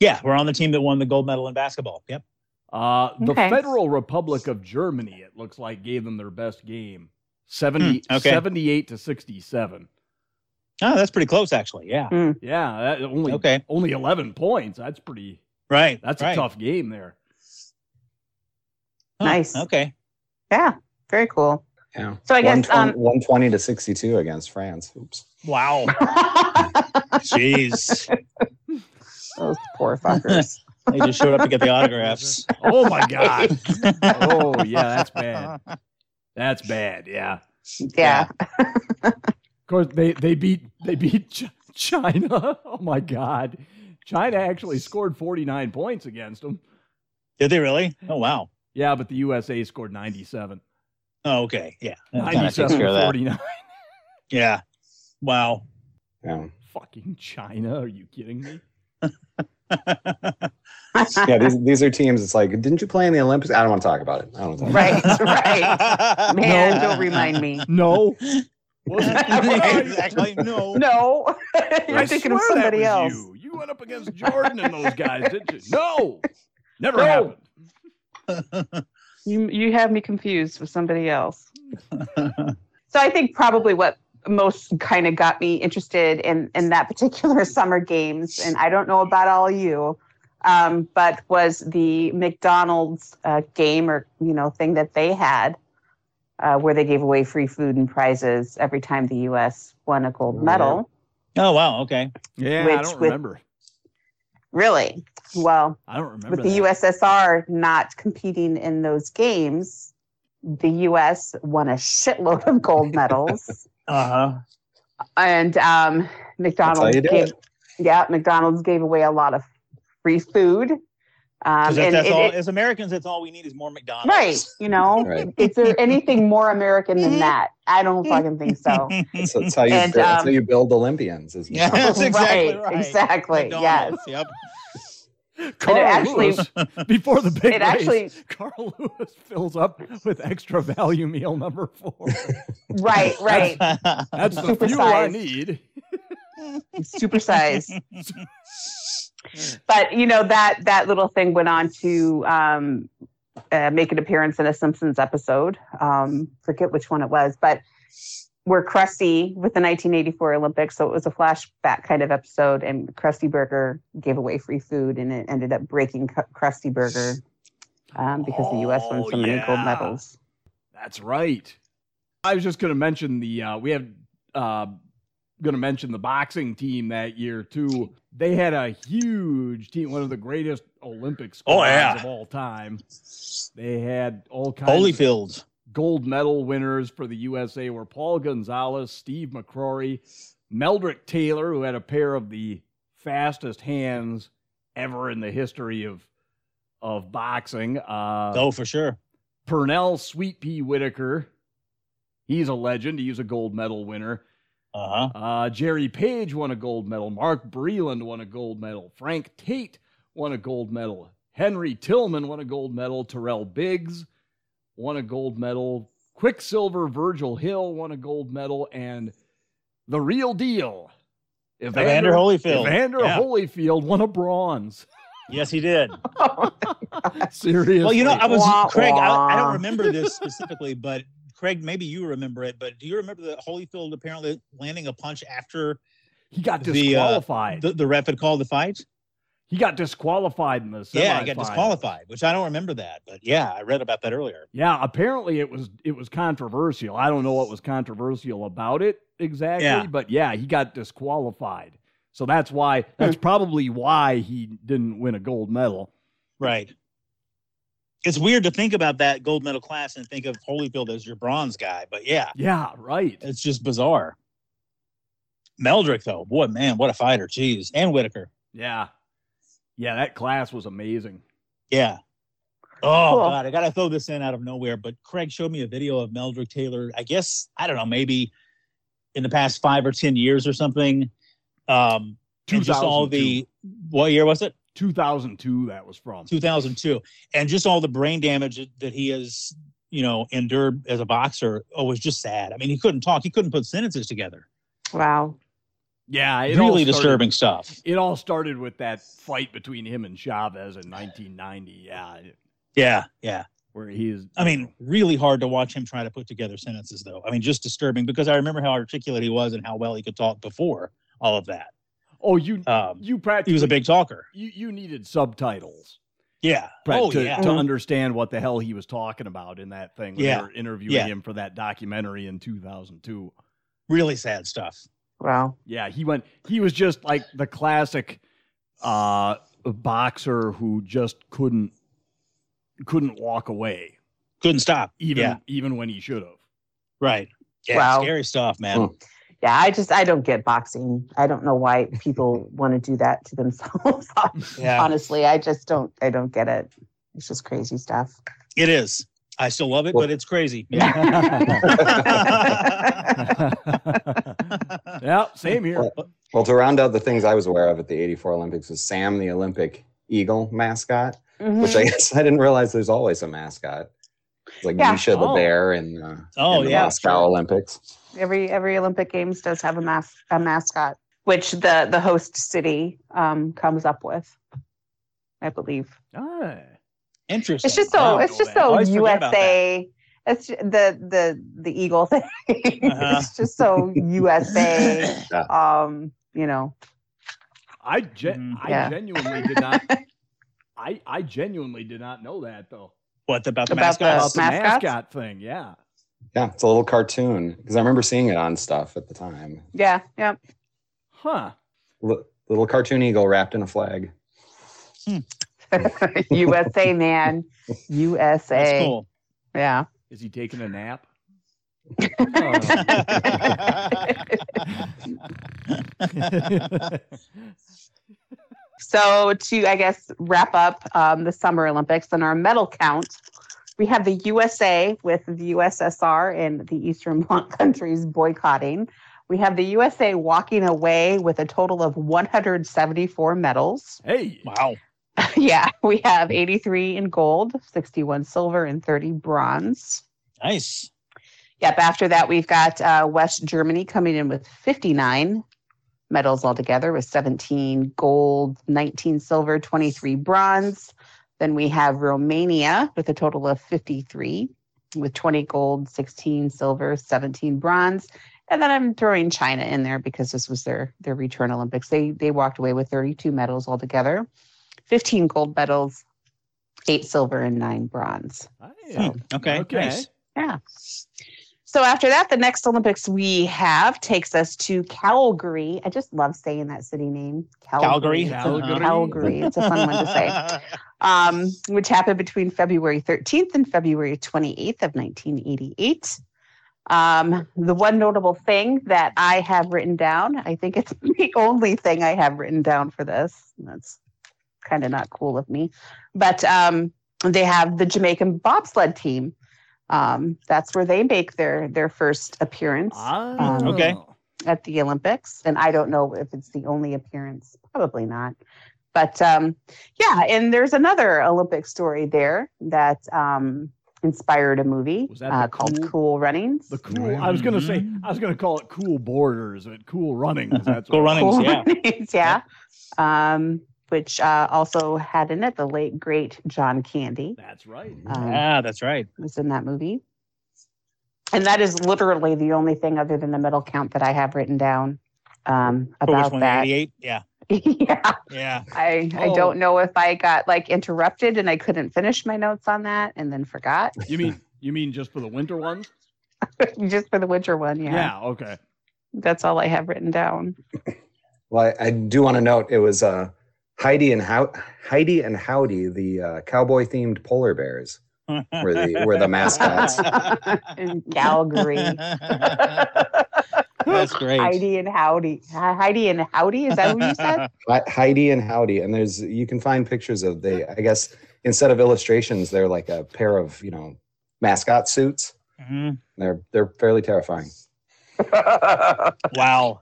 Yeah, we're on the team that won the gold medal in basketball. Yep.
Uh, the
Okay.
Federal Republic of Germany, it looks like, gave them their best game 70,
Hmm, okay.
78 to 67.
Oh, that's pretty close, actually. Yeah.
Yeah, that, only
Okay.
only 11 points. That's pretty,
Right.
that's
right.
a tough game there.
Huh,
Nice.
Okay.
Yeah, very cool.
Yeah.
So I guess
120,
um,
120 to 62 against France. Oops.
Wow. Jeez.
those poor fuckers.
They just showed up to get the autographs.
Oh my God. oh, yeah, that's bad. That's bad. Yeah. Of
Yeah.
course, they, they beat, they beat Ch- China. Oh my God. China actually scored 49 points against them.
Did they really? Oh wow.
Yeah, but the USA scored 97.
Oh, okay. Yeah. That kinda takes
97
care of that.
49.
Yeah. Wow.
Yeah.
Fucking China. Are you kidding me?
Yeah. These, these are teams. It's like, didn't you play in the Olympics? I don't want to talk about it. I don't want to talk
right,
about
right. Man, don't remind me.
No.
exactly. No.
No, you're
I
thinking
swear that
of somebody
was
else.
You. you went up against Jordan and those guys, didn't you? No. Never
No.
happened.
You you have me confused with somebody else. So I think probably what most kind of got me interested in in that particular summer games, and I don't know about all you, um, but was the McDonald's uh, game or you know thing that they had, uh, where they gave away free food and prizes every time the U.S. won a gold
Yeah.
medal.
Oh wow. Okay.
Yeah, I
Which
don't
with-
remember.
Really? Well,
I don't remember.
with the
that.
USSR not competing in those games, the US won a shitload of gold medals.
Uh
Um,
huh.
and um,
That's how
McDonald's
you do
gave,
it.
yeah, McDonald's gave away a lot of free food. Um,
Because
and
that's
it-
all.
it-
as Americans, that's all we need is more McDonald's.
right, you know,
Right.
is there anything more American than that? I don't fucking think so.
That's, that's, how, you,
And,
build- that's
um,
how you build Olympians. Isn't
Yeah, that's exactly right.
Right, exactly,
McDonald's, Yep.
Carl
actually-
Lewis, before the big
It
race,
actually-
Carl Lewis fills up with extra value meal number four.
Right, right.
That's the
Supersized.
fuel I need.
supersized. but you know that that little thing went on to um, uh, make an appearance in a Simpsons episode. Um, forget which one it was, but where Krusty with the 1984 Olympics, so it was a flashback kind of episode, and Krusty Burger gave away free food, and it ended up breaking Kr- Krusty Burger um, because the U.S. won
Oh,
so many gold
yeah.
medals.
That's right. I was just going to mention the uh, we had uh, going to mention the boxing team that year too. They had a huge team, one of the greatest Olympic squads
Oh, yeah.
of all time. They had all kinds of
Holyfield.
gold medal winners for the USA were Paul Gonzalez, Steve McCrory, Meldrick Taylor, who had a pair of the fastest hands ever in the history of of boxing. Uh,
Oh, for sure.
Purnell Sweet Pea Whitaker. He's a legend. He was a gold medal winner.
Uh huh.
Uh, Jerry Page won a gold medal. Mark Breland won a gold medal. Frank Tate won a gold medal. Henry Tillman won a gold medal. Terrell Biggs won a gold medal. Quicksilver Virgil Hill won a gold medal. And the real deal,
Evander Holyfield.
Evander
Yeah.
Holyfield won a bronze.
Yes, he did.
Seriously.
Well, you know, I was
Wah,
Craig. I, I
wah.
don't remember this specifically, but Craig, maybe you remember it. But do you remember that Holyfield apparently landing a punch after
he got
the, uh,
disqualified.
the, the ref had called the fight?
he got disqualified in the semifinals.
Yeah, I got disqualified, which I don't remember that. But yeah, I read about that earlier.
Yeah, apparently it was it was controversial. I don't know what was controversial about it exactly,
Yeah.
but yeah, he got disqualified. So that's why that's probably why he didn't win a gold medal.
Right. It's weird to think about that gold medal class and think of Holyfield as your bronze guy, but yeah,
Yeah, right.
it's just bizarre. Meldrick, though, boy, man, what a fighter. Jeez. And Whitaker.
Yeah. Yeah, that class was amazing.
Yeah. Oh
Cool.
God, I gotta throw this in out of nowhere. But Craig showed me a video of Meldrick Taylor. I guess I don't know, maybe in the past five or ten years or something. Um, and just all the what year was it?
2002 that was from.
2002, and just all the brain damage that he has, you know, endured as a boxer. Oh, was just sad. I mean, he couldn't talk. He couldn't put sentences together.
Wow.
Yeah, it all
really
started-
disturbing stuff.
It all started with that fight between him and Chavez in 1990. Yeah, it-
Yeah, yeah.
where he is
I mean, really hard to watch him try to put together sentences, though. I mean, just disturbing because I remember how articulate he was and how well he could talk before all of that.
Oh, you
Um,
you practically
he was a big talker.
you, you needed subtitles
Yeah.
pra-
oh,
to,
yeah.
to understand what the hell he was talking about in that thing when
Yeah.
they were interviewing
Yeah.
him for that documentary in 2002.
Really sad stuff.
Wow.
Yeah, he went he was just like the classic uh boxer who just couldn't couldn't walk away
Couldn't stop.
even
Yeah.
even when he should have.
Right. Yeah.
Wow.
Scary stuff, man.
Hmm.
Yeah, I just I don't get boxing. I don't know why people want to do that to themselves.
Yeah.
Honestly, I just don't I don't get it. It's just crazy stuff.
It is. I still love it,
Well-
but it's crazy.
yeah, same here.
Well, to round out the things I was aware of at the 84 Olympics was Sam, the Olympic eagle mascot,
Mm-hmm.
which
Mm.
I guess I didn't realize there's always a mascot. It's like
Yeah.
Misha the
Oh.
bear in, uh,
Oh,
in the
yeah,
Moscow
sure.
Olympics.
Every every Olympic Games does have a mas- a mascot, which the the host city um, comes up with, I believe.
Ah.
Interesting.
It's just
I
so
don't
it's
know
just
that. I
so
always forget about
USA. It's ju- the the the eagle thing.
Uh-huh.
it's just so USA.
Yeah.
Um, you know.
I gen-
Mhm.
I
Yeah.
genuinely did not I I genuinely did not know that though.
what about the
About the-
mascots?
About the
mascots?
mascot thing, yeah.
Yeah, it's a little cartoon because I remember seeing it on stuff at the time.
Yeah, yeah.
Huh.
L- little cartoon eagle wrapped in a flag.
USA man.
That's
USA.
cool.
Yeah.
Is he taking a nap? Oh.
So to I guess wrap up um, the Summer Olympics and our medal count, we have the USA with the USSR and the Eastern Bloc countries boycotting. We have the USA walking away with a total of 174 medals.
hey.
wow.
yeah, we have 83 in gold, 61 silver, and 30 bronze.
Nice.
Yep. After that, we've got uh, West Germany coming in with 59 medals altogether, with 17 gold, 19 silver, 23 bronze. Then we have Romania with a total of 53, with 20 gold, 16 silver, 17 bronze. And then I'm throwing China in there because this was their their return Olympics. They they walked away with 32 medals altogether, 15 gold medals, eight silver, and nine bronze.
Hey.
Okay.
Okay.
Nice.
Yeah. So after that, the next Olympics we have takes us to Calgary. I just love saying that city name.
Calgary.
Calgary.
Calgary. It's a fun one to say. Um, which happened between February 13th and February 28th of 1988. Um, the one notable thing that I have written down, I think it's the only thing I have written down for this. That's kind of not cool of me. But um, they have the Jamaican bobsled team. Um, that's where they make their their first appearance.
Ah.
Um,
Okay.
at the Olympics. And I don't know if it's the only appearance, probably not. But um, yeah, and there's another Olympic story there that um, inspired a movie
Was that
uh,
the
called
cool-
Cool Runnings.
The cool. I was gonna say. I was gonna call it cool borders, but cool running. That's
Cool
what-
Runnings,
Cool
yeah.
Runnings, yeah. Um, which uh, also had in it the late, great John Candy.
That's right.
Um,
Ah, that's right.
was in that movie. And that is literally the only thing other than the medal count that I have written down um,
For which
about
one?
that.
88? Yeah.
yeah,
Yeah.
I, I
Oh.
don't know if I got like interrupted and I couldn't finish my notes on that and then forgot
You mean you mean just for the winter ones?
just for the winter one. Yeah.
okay.
That's all I have written down.
Well, I, I do want to note it was uh, Heidi and How- Heidi and Howdy, the uh, cowboy themed polar bears, were the were the mascots.
In Calgary.
That's great.
Heidi and Howdy. Hi- Heidi and Howdy. Is that who you said?
Hi- Heidi and Howdy, and there's you can find pictures of they. I guess instead of illustrations, they're like a pair of you know mascot suits.
Mhm.
They're they're fairly terrifying.
Wow.
I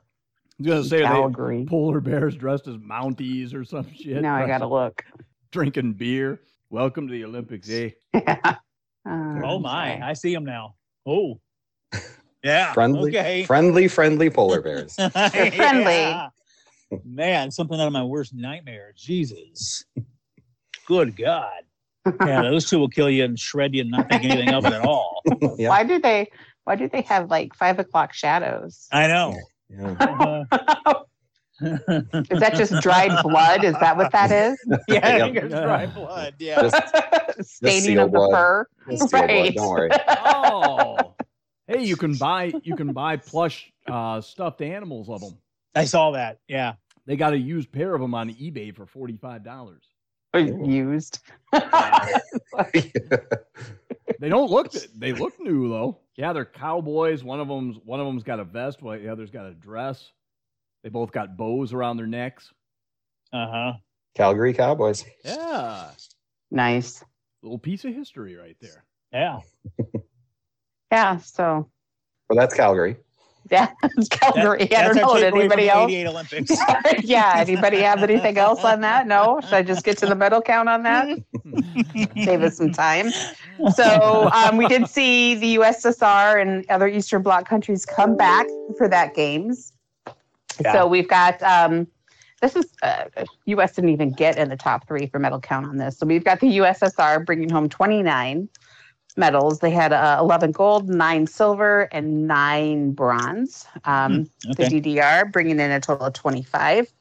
was gonna say are they
Calgary.
polar bears dressed as Mounties or some shit.
Now I
dressed-
gotta look.
drinking beer. Welcome to the Olympics, eh?
Um,
Oh
sorry.
my. I see him now. Oh. Yeah.
Friendly,
Okay.
friendly, friendly polar bears.
They're
friendly.
Man, something out of my worst nightmare. Jesus. Good God. Yeah, those two will kill you and shred you and not think anything of it at all.
Yeah.
Why do they? Why do they have like five o'clock shadows?
I know.
Yeah.
Uh,
Is that just dried blood? Is that what that is?
yeah, I
Yeah.
think it's dried blood. Yeah.
Just-
Staining
seal
of the
blood.
fur.
Just deal with it, Don't worry.
Oh, hey, you can buy you can buy plush uh, stuffed animals of them.
I saw that. Yeah.
They got a used pair of them on eBay for forty five dollars.
Oh,
Used.
They don't look th- they look new though. Yeah, they're cowboys. One of them's one of them's got a vest, while the other's got a dress. They both got bows around their necks.
Uh huh.
Calgary Cowboys.
Yeah,
nice.
little piece of history right there.
Yeah.
Yeah. So
Well, that's Calgary.
yeah, it's Calgary. I don't
That's our
know
takeaway
Did
from
anybody
the
else.
88 Olympics.
yeah. Anybody have anything else on that? No. Should I just get to the medal count on that? Save us some time. So um, we did see the USSR and other Eastern Bloc countries come back for that games.
Yeah.
So we've got um, this is uh, U.S. didn't even get in the top three for medal count on this. So we've got the USSR bringing home 29 medals. They had uh, 11 gold, nine silver, and nine bronze. Um,
Hmm, Okay.
the DDR, bringing in a total of 25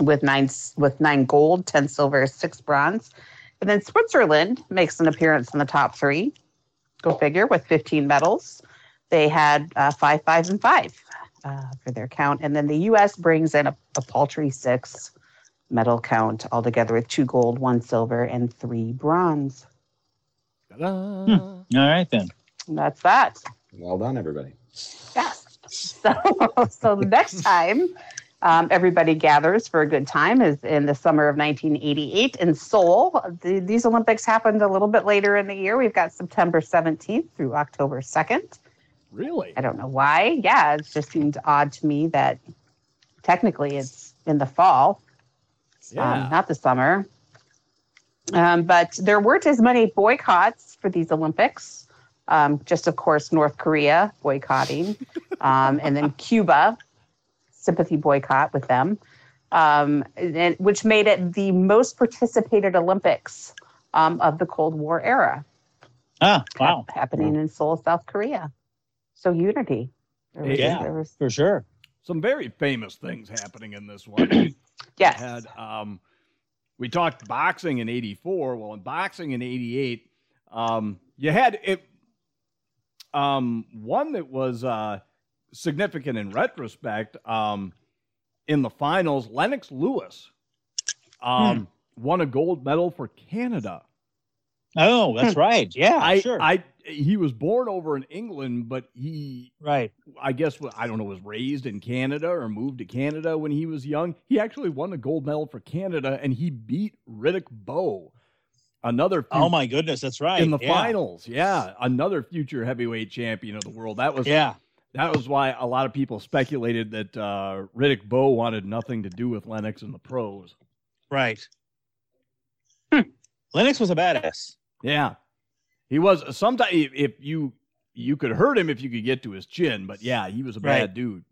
with nine with nine gold, 10 silver, six bronze. And then Switzerland makes an appearance in the top three. Go figure with 15 medals. They had uh, five, five, and five uh, for their count. And then the U.S. brings in a, a paltry six medal count altogether with two gold, one silver, and three bronze.
Ta-da.
All right then.
And that's that.
Well done, everybody.
Yes. So, so the next time um, everybody gathers for a good time is in the summer of 1988 in Seoul. The, these Olympics happened a little bit later in the year. We've got September 17th through October 2nd.
Really?
I don't know why. Yeah, it just seemed odd to me that technically it's in the fall, um,
Yeah.
not the summer. Um, but there weren't as many boycotts for these Olympics. Um, just, of course, North Korea boycotting, um, and then Cuba sympathy boycott with them, um, and, which made it the most participated Olympics um, of the Cold War era,
Ah, wow.
hap- happening in Seoul, South Korea. So unity. There was-
Yeah.
there was-
For sure.
Some very famous things happening in this one.
yes.
had um we talked boxing in 84 well in boxing in 88 um you had it um one that was uh significant in retrospect um in the finals lennox lewis
Hmm.
um won a gold medal for canada
Oh, that's right. Yeah.
i
sure.
i he was born over in england but he
right.
i guess i don't know was raised in canada or moved to canada when he was young he actually won a gold medal for canada and he beat riddick bowe another fu-
Oh my goodness. That's right.
in the
yeah.
finals yeah another future heavyweight champion of the world that was
Yeah.
That was why a lot of people speculated that uh, Riddick Bowe wanted nothing to do with Lennox and the pros.
Right. Lennox was a badass.
Yeah, he was. Sometimes if you you could hurt him if you could get to his chin, but yeah, he was a bad
Right.
dude.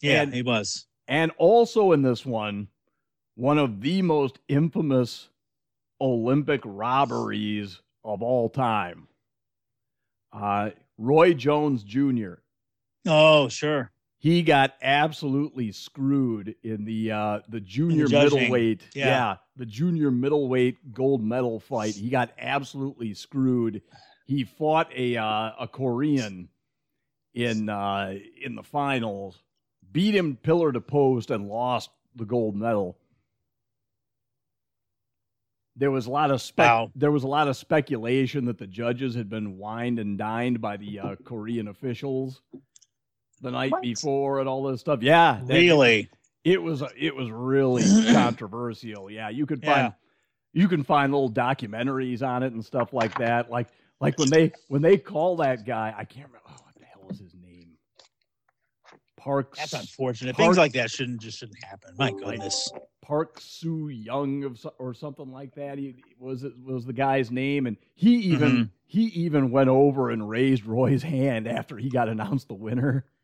Yeah,
And-
he was.
And also in this one, one of the most infamous Olympic robberies of all time. Uh, Roy Jones Jr.
Oh, sure.
He got absolutely screwed in the uh, the junior
judging.
middleweight.
Yeah.
the junior middleweight gold medal fight. He got absolutely screwed. He fought a uh, a Korean in uh, in the finals, beat him pillar to post, and lost the gold medal. There was a lot of spec-
Wow.
there was a lot of speculation that the judges had been wined and dined by the uh, Korean officials the night
What?
before and all this stuff. Yeah, that-
Really?
it was it was really controversial. Yeah, you could find you can find little documentaries on it and stuff like that. Like like when they when they call that guy, I can't remember oh, what the hell is his name. Parks
That's unfortunate.
Park-
Things like that shouldn't just shouldn't happen. My goodness.
Park Soo Young of so- or something like that. He was it was the guy's name, and he even
Mm-hmm.
he even went over and raised Roy's hand after he got announced the winner.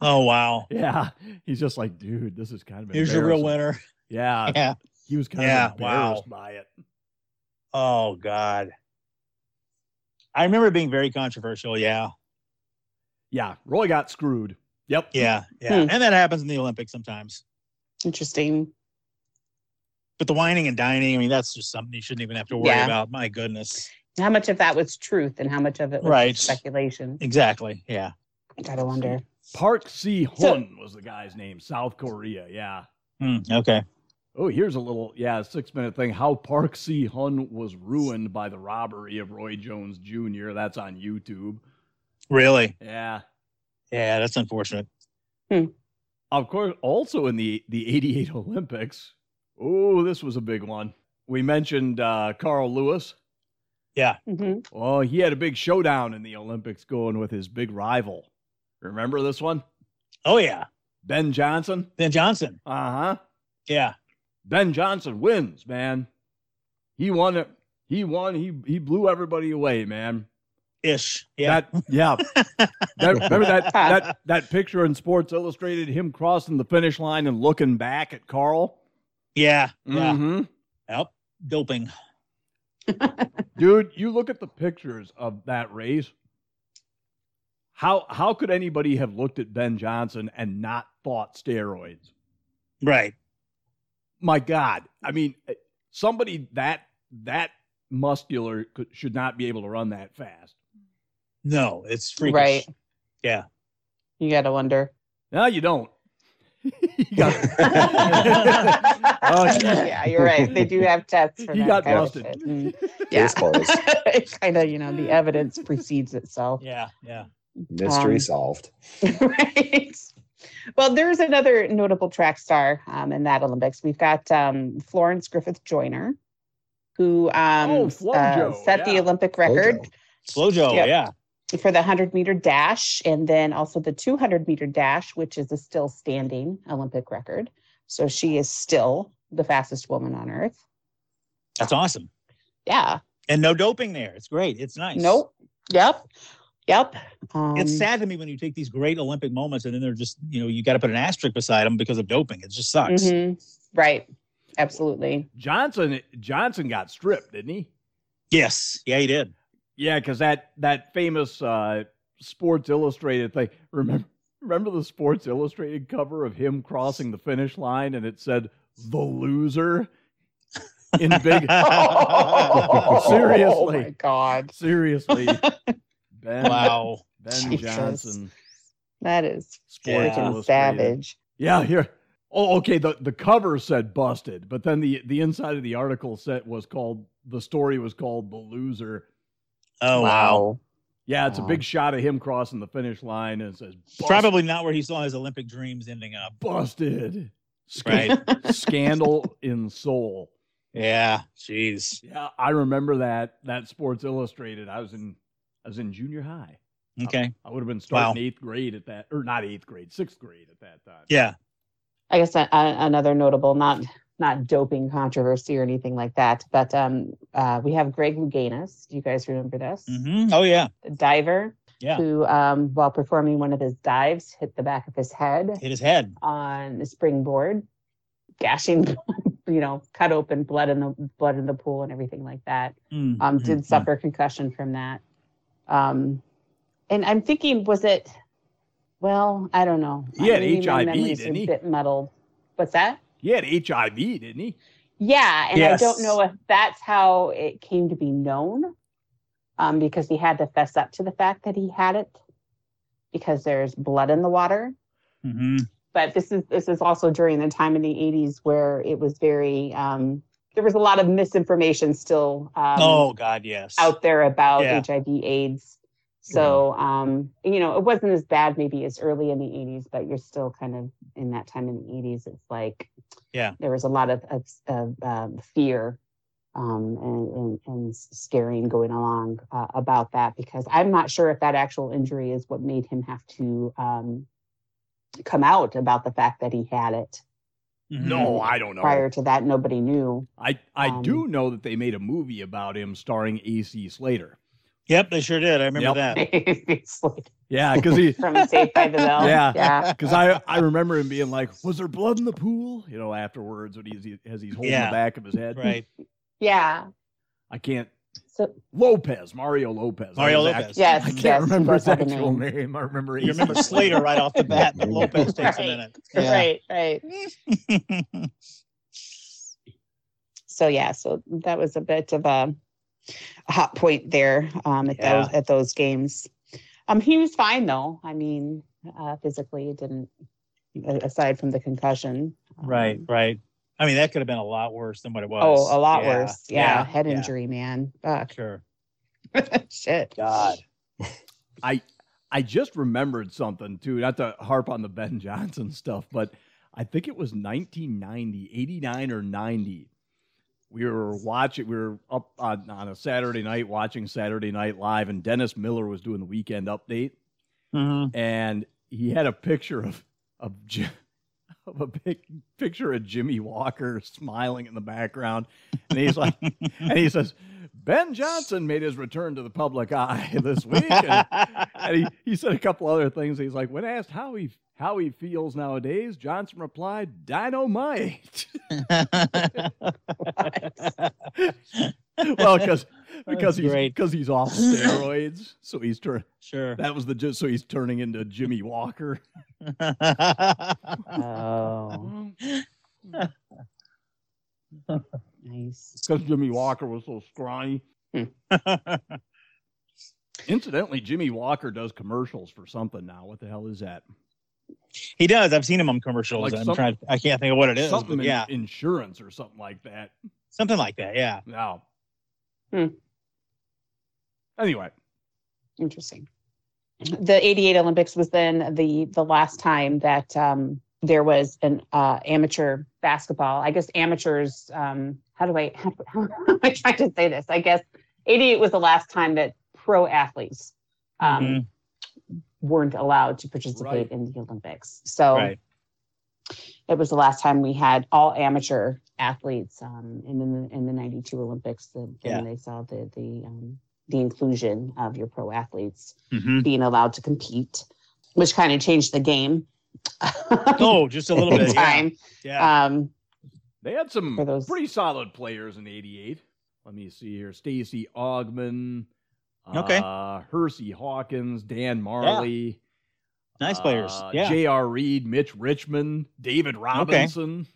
Oh wow.
Yeah, he's just like, dude, this is kind of
Here's your real
embarrassing."
winner.
Yeah,
Yeah.
he was kind
Yeah,
of embarrassed by it.
Oh God. I remember it being very controversial. Yeah.
Yeah, Roy got screwed. Yep.
Yeah. Yeah.
Hmm.
And that happens in the Olympics sometimes.
Interesting.
But the whining and dining, I mean, that's just something you shouldn't even have to worry
Yeah.
about. My goodness.
How much of that was truth and how much of it was
Right.
speculation?
Exactly. Yeah.
Gotta wonder.
Park Si Hun was the guy's name, South Korea. Yeah.
Hmm, okay.
Oh, here's a little yeah six minute thing. How Park Si Hun was ruined by the robbery of Roy Jones Jr. That's on YouTube.
Really?
Yeah.
Yeah, that's unfortunate.
Of course, also in the the '88 Olympics. Oh, this was a big one. We mentioned uh, Carl Lewis.
hmm
Well, he had a big showdown in the Olympics going with his big rival. Remember this one?
Oh yeah.
Ben Johnson?
Ben Johnson.
Uh huh.
Yeah.
Ben Johnson wins, man. He won it. He won. He he blew everybody away, man.
Ish. Yeah.
That, yeah. That- remember that that that picture in Sports Illustrated him crossing the finish line and looking back at Carl.
yeah. Yeah.
Mhm.
Yep. Doping.
Dude, you look at the pictures of that race. How how could anybody have looked at Ben Johnson and not thought steroids?
Right.
my god i mean eh, somebody that that muscular could, should not be able to run that fast
No, it's freakish.
Right.
Yeah.
You gotta wonder.
no you don't he got,
Oh, yeah, you're right. They do have tests for
he
that
got
kind of
busted
shit. Mm,
Baseballs.
yeah. kind of, you know, the evidence precedes itself.
Yeah. Yeah.
Mystery
Um,
solved.
right. Well, there's another notable track star um, in that Olympics. We've got um, Florence Griffith Joyner, who um,
Oh,
uh,
Flojo,
set the
yeah.
Olympic record
Flojo.
Slojo.
Yep.
Yeah.
for the 100 meter dash and then also the 200 meter dash, which is a still standing Olympic record. So she is still the fastest woman on earth.
That's awesome.
Yeah.
And no doping there. It's great. It's nice.
Nope. Yep. Yep. Um,
It's sad to me when you take these great Olympic moments and then they're just, you know, you got to put an asterisk beside them because of doping. It just sucks.
mhm. Right. Absolutely.
johnson johnson got stripped didn't he
Yes. Yeah, he did.
yeah because that that famous uh sports illustrated thing remember remember the sports illustrated cover of him crossing the finish line and it said the loser in big
Oh my
seriously
God.
seriously ben
wow.
Ben
Jesus.
Johnson.
That is
Sports
Yeah.
freaking
Illustrated.
savage.
Yeah, here. Oh, okay. The the cover said busted, but then the the inside of the article set was called the story was called the loser.
Oh, wow.
Yeah, it's
Wow.
a big shot of him crossing the finish line and it says "Bust-
Probably not where he saw his Olympic dreams ending up.
busted.
Right.
Scandal in Seoul.
yeah. Jeez.
Yeah, I remember that that Sports Illustrated. I was in I was in junior high.
Okay.
I would have been starting
Wow.
eighth grade at that, or not eighth grade, sixth grade at that time.
Yeah.
I guess a, a, another notable, not not doping controversy or anything like that, but um, uh, we have Greg Louganis. Do you guys remember this?
hmm Oh yeah.
The diver
Yeah.
who, um, while performing one of his dives, hit the back of his head
Hit his head.
on a springboard, gashing, you know, cut open, blood in the blood in the pool, and everything like that.
Mm,
um,
Mm-hmm.
mhm,
did
mhm.
suffer concussion from that. Um, and I'm thinking, was it? Well, I don't know.
He had
Maybe my
HIV,
memories
didn't
are
he?
A bit muddled. What's that?
He had HIV, didn't he?
Yeah, and I
Yes.
don't know if that's how it came to be known, um, because he had to fess up to the fact that he had it, because there's blood in the water.
Mhm.
But this is this is also during the time in the '80s where it was very um, there was a lot of misinformation still. Um,
oh God, yes.
out there about
Yeah.
HIV AIDS. So um, you know, it wasn't as bad maybe as early in the 80s, but you're still kind of in that time in the 80s. It's like
Yeah.
there was a lot of of, of um, fear um, and, and and scaring going along uh, about that because I'm not sure if that actual injury is what made him have to um, come out about the fact that he had it.
Mhm.
No, I don't know.
Mm-hmm. Prior to that, nobody knew.
I, I
um,
do know that they made a movie about him starring A.C. Slater.
Yep, they sure did. I remember
Yep.
that.
It's like
Yeah, because he,
from Saved by the Bell.
Yeah.
Oh, yeah.
Because I, I remember him being like, "Was there blood in the pool?" You know, afterwards when he's he, as he's holding
Yeah.
the back of his head.
Right.
Yeah.
I can't.
So
Lopez, Mario Lopez. I
Mario
was
Lopez.
act-
Yes,
I can't
yes,
remember
both
his
have a
actual
name.
name. I remember.
You
he's-
remember Slater right off the bat, but Lopez takes a
Right.
minute. Yeah.
Right, right.
Right.
So yeah, so that was a bit of a, a hot point there um, at
Yeah.
those at those games. Um, he was fine though. I mean, uh, physically, it didn't a- aside from the concussion. um,
right. Right. I mean, that could have been a lot worse than what it was.
Oh, a lot
Yeah,
worse. Yeah, head
yeah.
injury, man. Fuck,
Sure.
shit.
God.
I I just remembered something too. Not to harp on the Ben Johnson stuff, but I think it was 1990, 89 or 90. We were watching. We were up on, on a Saturday night watching Saturday Night Live, and Dennis Miller was doing the Weekend Update.
Mhm.
and he had a picture of of, Ji- of a big picture of Jimmy Walker smiling in the background, and he's like, and he says, Ben Johnson made his return to the public eye this week, and, and he, he said a couple other things. He's like, when asked how he how he feels nowadays, Johnson replied, "Dynamite." well, because because he's
great.
because he's off steroids, so he's turn
sure.
that was the ju- so he's turning into Jimmy Walker.
Oh, nice.
because Jimmy Walker was so scrawny. Incidentally, Jimmy Walker does commercials for something now. What the hell is that?
he does. I've seen him on commercials.
Like
I'm
some-
trying. I can't think of what it is.
something
But
in-
yeah,
insurance or something like that.
something like that. Yeah.
Now,
Hmm.
anyway,
Interesting. The 88 Olympics was then the the last time that um, there was an uh, amateur basketball. I guess amateurs. Um, how do I how, am I trying to say this? I guess 88 was the last time that pro athletes um,
Mhm.
weren't allowed to participate
Right.
in the Olympics. So
Right.
it was the last time we had all amateur athletes um, in the in the '92 Olympics. The, then
Yeah.
they saw the the um, the inclusion of your pro athletes
Mhm.
being allowed to compete, which kind of changed the game.
Oh, just a little bit. Yeah.
time.
Yeah.
Um,
they had some
For those-
pretty solid players in '88. Let me see here: Stacy Ogman,
Okay.
uh, Hersey Hawkins, Dan Marley.
nice players.
uh,
Yeah.
J.R. Reed, Mitch Richmond, David Robinson.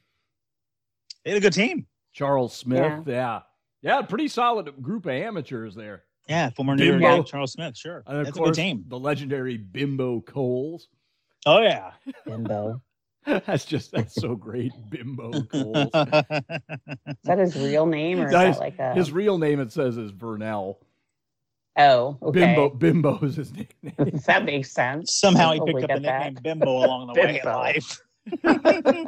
they had a good team.
Charles Smith. Yeah. yeah. pretty solid group of amateurs there.
Yeah. Former New York
Bimbo.
guy, Charles Smith. Sure.
And of
That's a good
course,
team.
the legendary Bimbo Coles.
Oh yeah.
Bimbo.
That's just that's so great, Bimbo Coles.
Is that his real name or is
That is-
that like a
His real name it says is Vernell.
oh okay.
Bimbo Bimbo is his nickname.
that makes sense.
Somehow he
I'll
picked
wake
up the
up
nickname
back.
Bimbo along the way in
Bimbo.
life.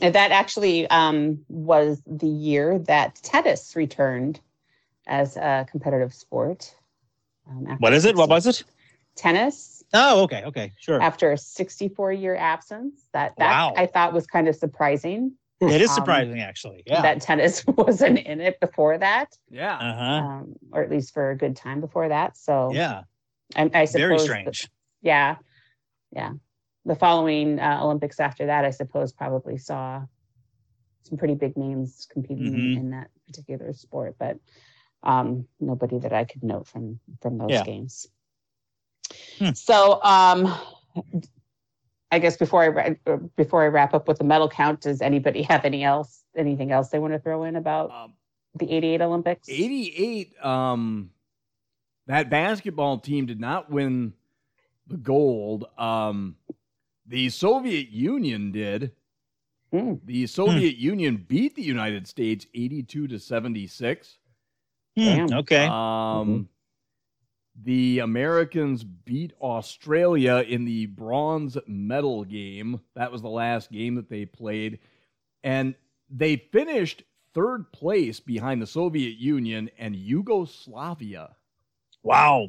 And That actually um, was the year that tennis returned as a competitive sport. um, after
What is it? What
60
was it?
Tennis
Oh, okay, okay, sure.
after a 64 year absence. That that
Wow.
I thought was kind of surprising
It is
um,
surprising, actually. Yeah.
that tennis wasn't in it before that,
Yeah.
uh huh.
um, or at least for a good time before that. So
Yeah.
um, I, I suppose
Very
the-
strange.
yeah, yeah. The following uh, Olympics after that, I suppose, probably saw some pretty big names competing
Mhm.
in that particular sport, but um, nobody that I could note from from those
Yeah.
games.
Hmm.
So, um, I guess before I ra- or before I wrap up with the medal count, does anybody have any else anything else they want to throw in about
Um,
the '88 Olympics?
88 um that basketball team did not win the gold um the soviet union did
Hmm.
the soviet union beat the united states 82 to 76
Hmm,
Damn.
okay. Mm-hmm.
um the americans beat australia in the bronze medal game that was the last game that they played and they finished third place behind the soviet union and yugoslavia
wow. Hmm.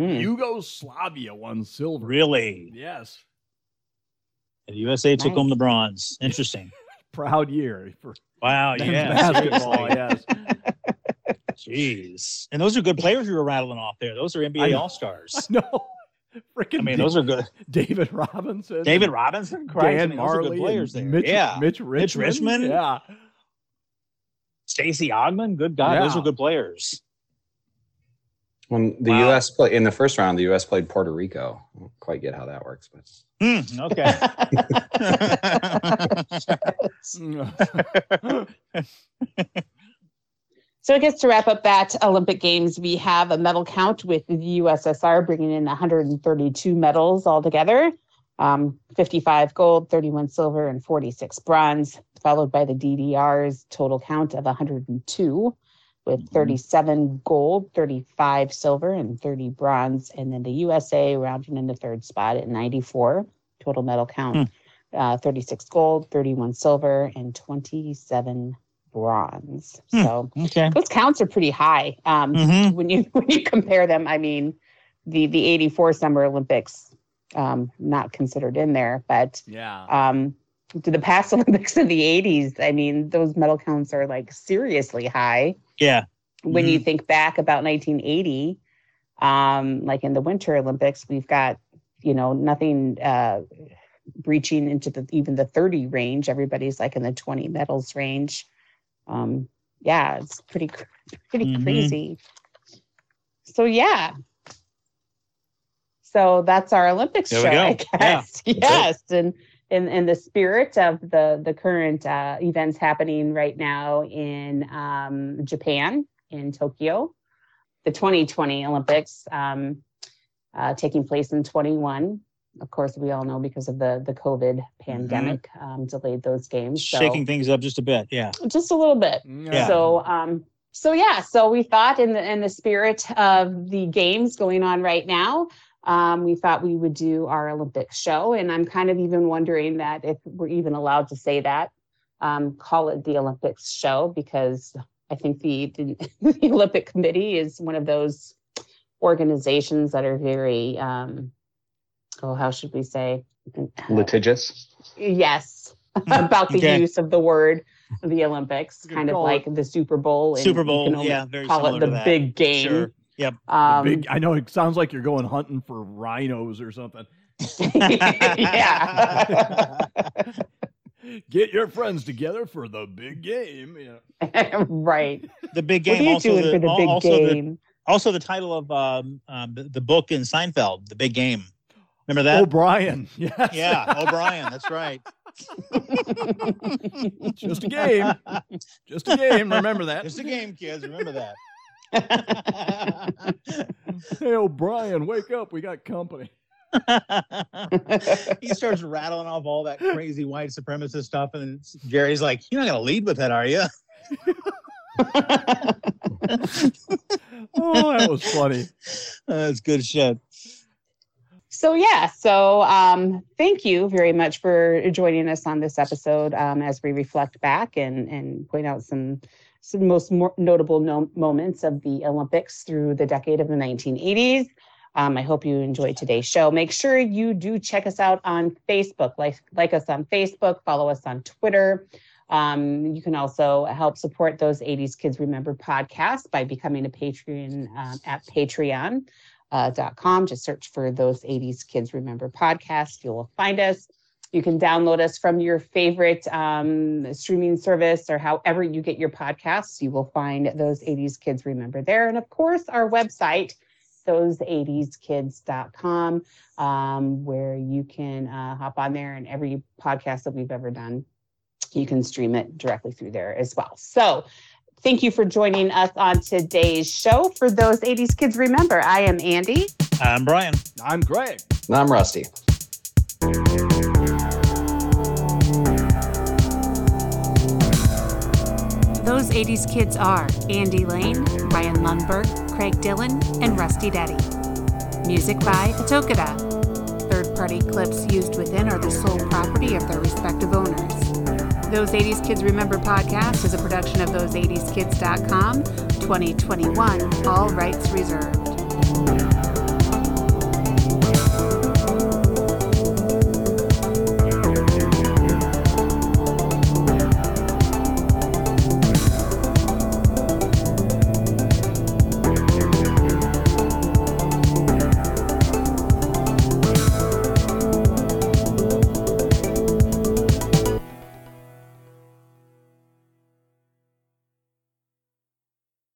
Mm.
Yugoslavia won silver.
Really?
Yes.
The USA took
Nice.
home the bronze. Interesting.
Proud year for
Wow.
men's
Yeah.
basketball.
seriously.
yes.
Jeez. And those are good players you were rattling off there. Those are
I
NBA
know.
All Stars.
No. Freaking
I mean, those are good.
David Robinson.
David
and
Robinson,
Dan
Christ, I mean, those are
Marley.
good
and
players there.
Mitch,
yeah.
Mitch Richmond.
Richmond?
Yeah.
Stacy Ogman, good God, those
Yeah.
are good players.
When the
Wow.
U.S. play in the first round, the U.S. played Puerto Rico. I don't quite get how that works, but
Hmm, okay.
So I guess to wrap up that Olympic Games, we have a medal count with the USSR bringing in 132 medals altogether, um, 55 gold, 31 silver, and 46 bronze, followed by the DDR's total count of 102 with
Mhm.
37 gold, 35 silver, and 30 bronze. And then the USA rounding in the third spot at 94 total medal count, uh, 36 gold, 31 silver, and 27 bronze.
Hmm.
So
okay.
those counts are pretty high. Um,
hmm
When you when you compare them, I mean, the the '84 Summer Olympics um, not considered in there, but
Yeah.
um, to the past Olympics of the '80s, I mean, those medal counts are like seriously high.
Yeah.
When you think back about 1980, um, like in the Winter Olympics, we've got you know nothing uh, breaching into the even the 30 range. Everybody's like in the 20 medals range. Um, yeah, it's pretty cr- pretty
Mhm.
crazy. So yeah. So that's our Olympics
There we
show,
go.
I
Yeah.
guess. Yes, and in in the spirit of the the current uh, events happening right now in um, Japan in Tokyo, the 2020 Olympics um, uh, taking place in 21. Of course, we all know because of the the COVID pandemic um, delayed those games. So
Mm-hmm. Shaking things up just a bit. Yeah.
just a little bit.
Yeah.
So um so yeah, so we thought in the in the spirit of the games going on right now, um, we thought we would do our Olympic show. And I'm kind of even wondering that if we're even allowed to say that, um, call it the Olympics show because I think the, the, the Olympic Committee is one of those organizations that are very um, oh, how should we say?
litigious.
Yes, about the
Hmm. Okay.
use of the word the Olympics,
You
kind of
call
like the Super Bowl. and
Super
you can
Bowl.
only
Yeah. Very
call
similar
it
to
the
that.
big game.
Sure. Yep.
The
Um,
big, I know it sounds like you're going hunting for rhinos or something.
yeah.
Get your friends together for the big game. Yeah.
right.
the big
What are
game.
you
also
doing
the,
for the
al-
big
also the
game?
also the title of um, um, the, the book in Seinfeld, The Big Game. Remember that?
Oh,
O'Brien. Yes.
yeah, O'Brien. That's right.
Just a game. Just a game. Remember that.
It's a game, kids. Remember that.
Hey, O'Brien, wake up. We got company.
he starts rattling off all that crazy white supremacist stuff, and then Jerry's like, "You're not going to lead with that, are you?"
Oh, that was funny.
That's good shit.
So yeah, so um, thank you very much for joining us on this episode um, as we reflect back and and point out some some most mo- notable no- moments of the Olympics through the decade of the 1980s. Um, I hope you enjoyed today's show. Make sure you do check us out on Facebook, like like us on Facebook, follow us on Twitter. Um, you can also help support those 80s Kids Remember podcasts by becoming a Patreon um, at Patreon. Uh, dot com. Just search for those 80s Kids Remember podcast. You will find us. You can download us from your favorite um, streaming service or however you get your podcasts. You will find those 80s Kids Remember there. And of course, our website, those80skids.com, um, where you can uh, hop on there and every podcast that we've ever done, you can stream it directly through there as well. So, Thank you for joining us on today's show. For those 80s kids, remember, I am Andy.
I'm Um, Brian.
I'm Greg.
And I'm Rusty.
Those 80s kids are Andy Lane, Brian Lundberg, Craig Dillon, and Rusty Daddy. Music by Atokada. Third party clips used within are the sole property of their respective owners. Those 80s Kids Remember podcast is a production of those80skids.com 2021, all rights reserved.